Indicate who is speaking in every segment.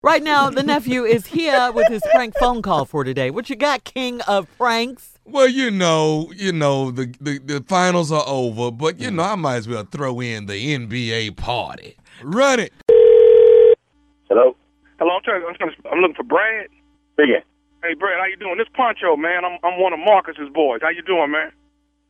Speaker 1: Right now, the nephew is here with his prank phone call for today. What you got, king of pranks?
Speaker 2: Well, you know, you know, the, the, the finals are over, but you know, I might as well throw in the NBA party. Run it.
Speaker 3: Hello?
Speaker 4: Hello, I'm trying. I'm, trying to, I'm looking for Brad.
Speaker 3: Speaking.
Speaker 4: Hey, Brad, how you doing? This Poncho, man. I'm I'm one of Marcus's boys. How you doing, man?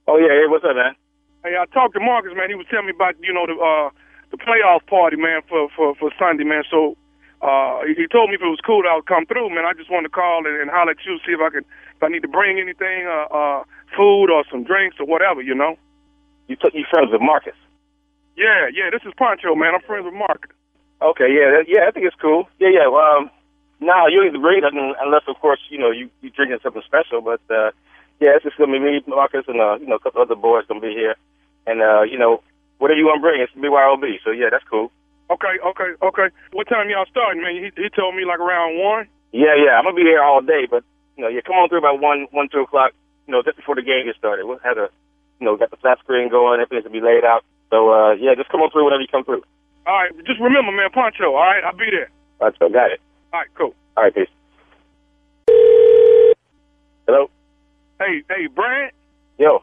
Speaker 3: Oh, yeah. Hey, what's up, man?
Speaker 4: Hey, I talked to Marcus, man. He was telling me about you know the uh the playoff party, man, for for for Sunday, man. So uh he he told me if it was cool, I would come through, man. I just wanted to call and, and holler at you, see if I could if I need to bring anything, uh, uh food or some drinks or whatever, you know.
Speaker 3: You took you friends with Marcus.
Speaker 4: Yeah, yeah. This is Poncho, man. I'm friends with Marcus.
Speaker 3: Okay, yeah, that- yeah. I think it's cool. Yeah, yeah. Well, um, no, you ain't great un- unless, of course, you know, you you drinking something special. But uh, yeah, it's just gonna be me, Marcus, and uh, you know, a couple other boys gonna be here, and uh, you know, whatever you wanna bring, it's BYOB. So yeah, that's cool.
Speaker 4: Okay, okay, okay. What time y'all starting, man? He he told me like around one.
Speaker 3: Yeah, yeah. I'm gonna be here all day, but you know, yeah, come on through about one, one, two o'clock. You know, just before the game gets started. We'll have a, you know, got the flat screen going. Everything's gonna be laid out. So uh, yeah, just come on through whenever you come through.
Speaker 4: All right, just remember, man, Poncho. All right, I'll be there.
Speaker 3: All right, so got it.
Speaker 4: All right, cool.
Speaker 3: All right, peace. Hello.
Speaker 4: Hey, hey, Brad.
Speaker 3: Yo.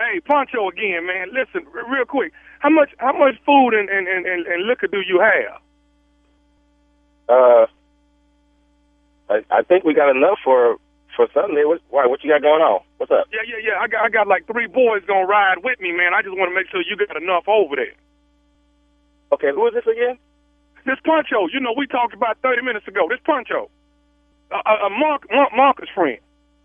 Speaker 4: Hey, Poncho again, man. Listen, r- real quick. How much how much food and, and, and, and, and liquor do you have?
Speaker 3: Uh, I, I think we got enough for for Sunday. What, why? What you got going on? What's up?
Speaker 4: Yeah, yeah, yeah. I got I got like three boys gonna ride with me, man. I just want to make sure you got enough over there.
Speaker 3: Okay, who is this again?
Speaker 4: This Poncho, you know, we talked about thirty minutes ago. This Poncho, a uh, uh, Mark, Mark Marcus friend.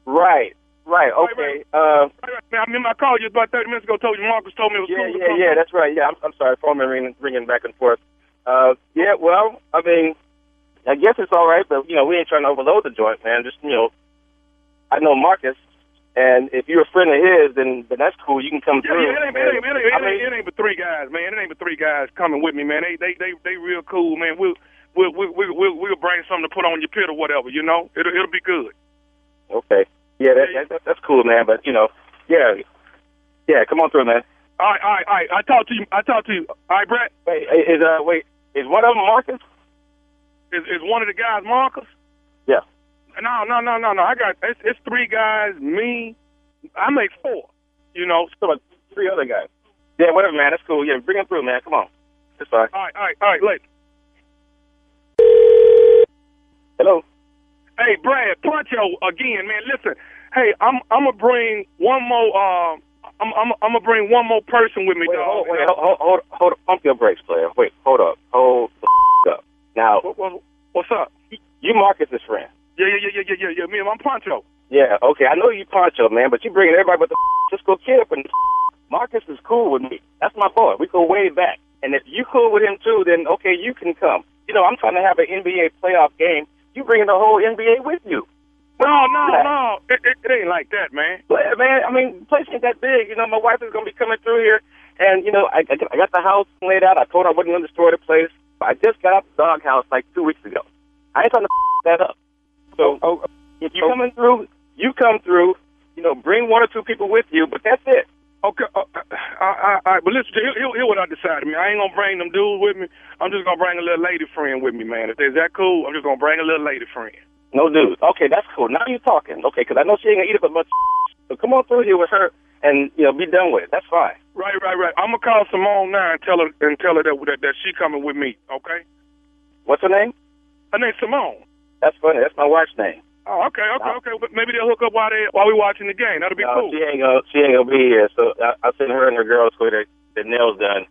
Speaker 3: Right, right. Okay.
Speaker 4: Wait,
Speaker 3: Uh,
Speaker 4: Right, right, Man, I remember I called you about thirty minutes ago. Told you Marcus told me it was
Speaker 3: yeah,
Speaker 4: cool. to
Speaker 3: yeah,
Speaker 4: come.
Speaker 3: yeah. That's right. Yeah, I'm, I'm sorry. Phone been ringing, ringing back and forth. Uh, yeah. Well, I mean, I guess it's all right, but you know, we ain't trying to overload the joint, man. Just you know, I know Marcus, and if you're a friend of his, then then that's cool. You can come
Speaker 4: Yeah,
Speaker 3: through.
Speaker 4: yeah, it ain't, it ain't, it ain't, it
Speaker 3: I
Speaker 4: ain't,
Speaker 3: mean-
Speaker 4: it ain't but three guys, man. It ain't but three guys coming with me, man. They they they they real cool, man. We'll we'll we'll we'll, we'll, we'll bring something to put on your pit or whatever, you know. It'll it'll be good.
Speaker 3: Okay. Yeah, that, that, that's cool, man. But you know, yeah, yeah. Come on through, man.
Speaker 4: All right, all right, all right. I talked to you. I talked to you. All right, Brett.
Speaker 3: Wait, is uh, wait, is one of them Marcus?
Speaker 4: Is is one of the guys Marcus?
Speaker 3: Yeah.
Speaker 4: No, no, no, no, no. I got it's, it's three guys. Me, I make four. You know.
Speaker 3: What about three other guys? Yeah, whatever, man. That's cool. Yeah, bring them through, man. Come on. That's fine.
Speaker 4: All right, all right, all right. Later.
Speaker 3: Hello.
Speaker 4: Hey, Brad, Poncho again, man. Listen, hey, I'm I'm gonna bring one more. Um, I'm I'm I'm gonna bring one more person with me,
Speaker 3: Wait,
Speaker 4: dog.
Speaker 3: hold, wait, hold, hold, hold, pump your brakes, player. Wait, hold up, hold the up. Now,
Speaker 4: What, what, what's up?
Speaker 3: you Marcus's friend.
Speaker 4: Yeah, yeah, yeah, yeah, yeah, yeah. yeah. Me and my Poncho.
Speaker 3: Yeah, okay. I know you Poncho, man, but you bringing everybody but the Cisco kid up and Marcus is cool with me. That's my boy. We go way back. And if you cool with him too, then okay, you can come. You know, I'm trying to have an NBA playoff game. You bringing the whole NBA with you.
Speaker 4: No, no, no. It, it, it ain't like that, man.
Speaker 3: But, man, I mean, the place ain't that big. You know, my wife is gonna be coming through here, and you know, I, I, I got the house laid out. I told her I wasn't gonna destroy the place. I just got out the doghouse like two weeks ago. I ain't trying to that up. So if you coming through, you come through. You know, bring one or two people with you, but that's it.
Speaker 4: Okay, uh, uh, I, I, I, but listen, here, here, here what I decided, man. I ain't gonna bring them dudes with me. I'm just gonna bring a little lady friend with me, man. If that's that cool, I'm just gonna bring a little lady friend.
Speaker 3: No dudes. Okay, that's cool. Now you're talking. Okay, because I know she ain't gonna eat up a bunch. So come on through here with her, and you know, be done with it. That's fine.
Speaker 4: Right, right, right. I'm gonna call Simone now and tell her and tell her that that, that she coming with me. Okay.
Speaker 3: What's her name?
Speaker 4: Her name's Simone.
Speaker 3: That's funny. That's my wife's name.
Speaker 4: Oh, okay, okay, okay. But maybe they'll hook up while they while we watching the game. That'll be
Speaker 3: No,
Speaker 4: cool.
Speaker 3: she ain't gonna. She ain't gonna be here. So I, I sent her and her girls with their, their nails done.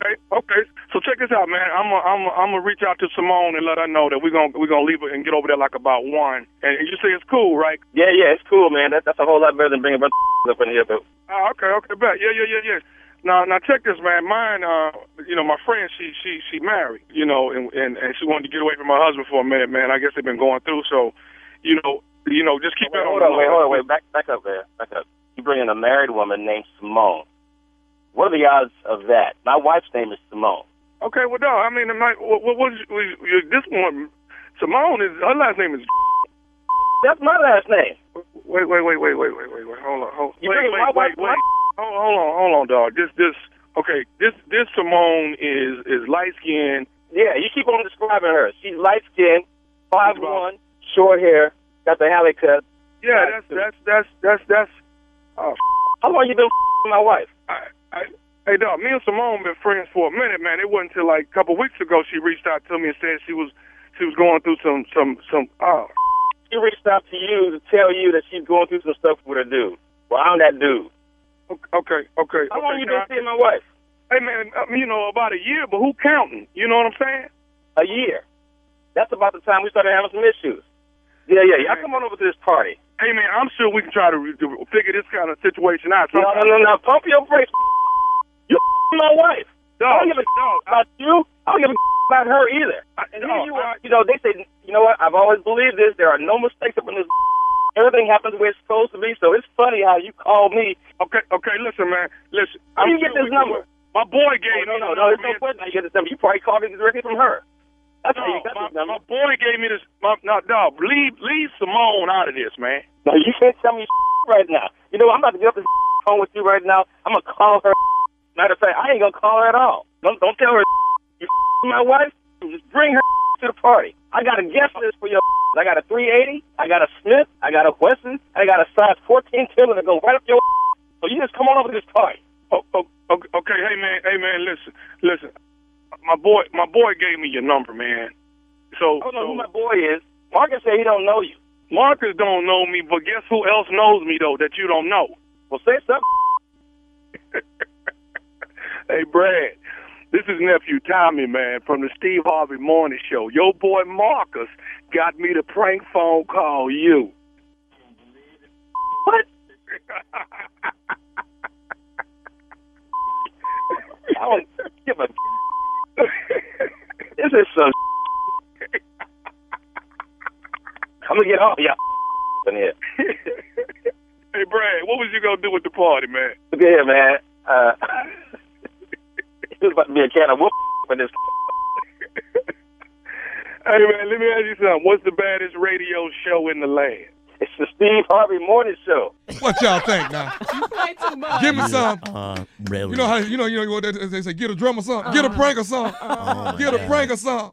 Speaker 4: Okay, okay. So check this out, man. I'm i I'm i am I'm gonna reach out to Simone and let her know that we're gonna we're gonna leave her and get over there like about one. And you say it's cool, right?
Speaker 3: Yeah, yeah, it's cool, man. That, that's a whole lot better than bringing a bunch of up in here. But
Speaker 4: Oh, okay, okay, bet. Yeah, yeah, yeah, yeah. Now, now check this, man. Mine, uh, you know, my friend, she, she, she married, you know, and, and and she wanted to get away from her husband for a minute, man. I guess they've been going through, so, you know, you know, just keep
Speaker 3: wait,
Speaker 4: that
Speaker 3: hold
Speaker 4: on.
Speaker 3: on, wait, hold on, wait, back, back up there, back up. You bringing a married woman named Simone. What are the odds of that? My wife's name is Simone.
Speaker 4: Okay, well, dog. I mean, I'm like, what, what, what is, was- you- this one? Simone is her last name is.
Speaker 3: That's my last name.
Speaker 4: Wait, wait, wait, wait, wait, wait, wait, wait. Hold on, hold.
Speaker 3: You
Speaker 4: wait,
Speaker 3: bringing my
Speaker 4: wait,
Speaker 3: wife-
Speaker 4: wait, wait. Hold, hold on, hold on, dog. This, this. Okay, this, this Simone is is light skinned
Speaker 3: yeah, you keep on describing her. She's light skinned, five one, short hair, got the Halle cut.
Speaker 4: Yeah, that's that's that's that's that's. Oh,
Speaker 3: How long you been with my wife?
Speaker 4: I, I, hey, dog. Me and Simone been friends for a minute, man. It wasn't till like a couple weeks ago she reached out to me and said she was she was going through some some some. Oh,
Speaker 3: She reached out to you to tell you that she's going through some stuff with her dude. Well, I'm that dude.
Speaker 4: okay, okay.
Speaker 3: How
Speaker 4: okay,
Speaker 3: long you
Speaker 4: can
Speaker 3: been
Speaker 4: I-
Speaker 3: seeing my wife?
Speaker 4: Hey man, uh, you know about a year, but who counting? You know what I'm saying?
Speaker 3: A year. That's about the time we started having some issues. Yeah, yeah, y'all come on over to this party.
Speaker 4: Hey man, I'm sure we can try to, re- to figure this kind of situation out.
Speaker 3: No, no, no, no. Pump your brakes. You my wife. I
Speaker 4: Dog,
Speaker 3: don't give a
Speaker 4: dog, I-
Speaker 3: about you. I don't give a about her either.
Speaker 4: I-
Speaker 3: And
Speaker 4: dog,
Speaker 3: here you are.
Speaker 4: I-
Speaker 3: You know, they say, you know what? I've always believed this. There are no mistakes up in this. Everything happens the way it's supposed to be. So it's funny how you call me.
Speaker 4: Okay, okay. Listen, man. Listen.
Speaker 3: How do you
Speaker 4: I'm
Speaker 3: get
Speaker 4: sure
Speaker 3: this
Speaker 4: we can-
Speaker 3: number?
Speaker 4: My boy
Speaker 3: Hey,
Speaker 4: gave
Speaker 3: no,
Speaker 4: me
Speaker 3: no,
Speaker 4: the
Speaker 3: Oh, no. There's
Speaker 4: number,
Speaker 3: no question. how You get this number. You probably called me directly from her. That's how you
Speaker 4: man.
Speaker 3: got this
Speaker 4: No, my,
Speaker 3: number.
Speaker 4: my boy gave me this. My, no, dog. Leave, leave Simone out of this, man.
Speaker 3: No, you can't tell me right now. You know, what? I'm about to get up this phone with you right now. I'm gonna call her. Matter of fact, I ain't gonna call her at all. Don't don't tell her. You my wife. Just bring her to the party. I got a guest list for your. I got a 380. I got a Smith. I got a Wesson. I got a size 14 Timber that go right up your. So you just come on over to this party.
Speaker 4: Oh, oh, okay, okay. Hey man, hey man. Listen, listen. My boy, my boy gave me your number, man.
Speaker 3: I
Speaker 4: So,
Speaker 3: don't know
Speaker 4: so
Speaker 3: who my boy is. Marcus said he don't know you.
Speaker 4: Marcus don't know me, but guess who else knows me though that you don't know?
Speaker 3: Well, say something.
Speaker 4: Hey, Brad, this is nephew Tommy, man, from the Steve Harvey Morning Show. Your boy Marcus got me to prank phone call you.
Speaker 3: What? I don't give a. This is some. Come and get all y'all in here.
Speaker 4: hey, Brad, what was you gonna do with the party, man?
Speaker 3: Look at here, man. Uh, this about to be a can of whoop for this.
Speaker 4: Hey, man, let me ask you something. What's the baddest radio show in the land?
Speaker 3: It's the Steve Harvey Morning Show.
Speaker 2: What y'all think now?
Speaker 5: Way too much.
Speaker 2: Give me some.
Speaker 6: Uh,
Speaker 5: Uh-huh.
Speaker 2: You
Speaker 6: really?
Speaker 2: know how you know you know what they, they say? Get a drum or something. Get a prank or something.
Speaker 6: Oh,
Speaker 2: Get a
Speaker 6: yeah.
Speaker 2: prank or something.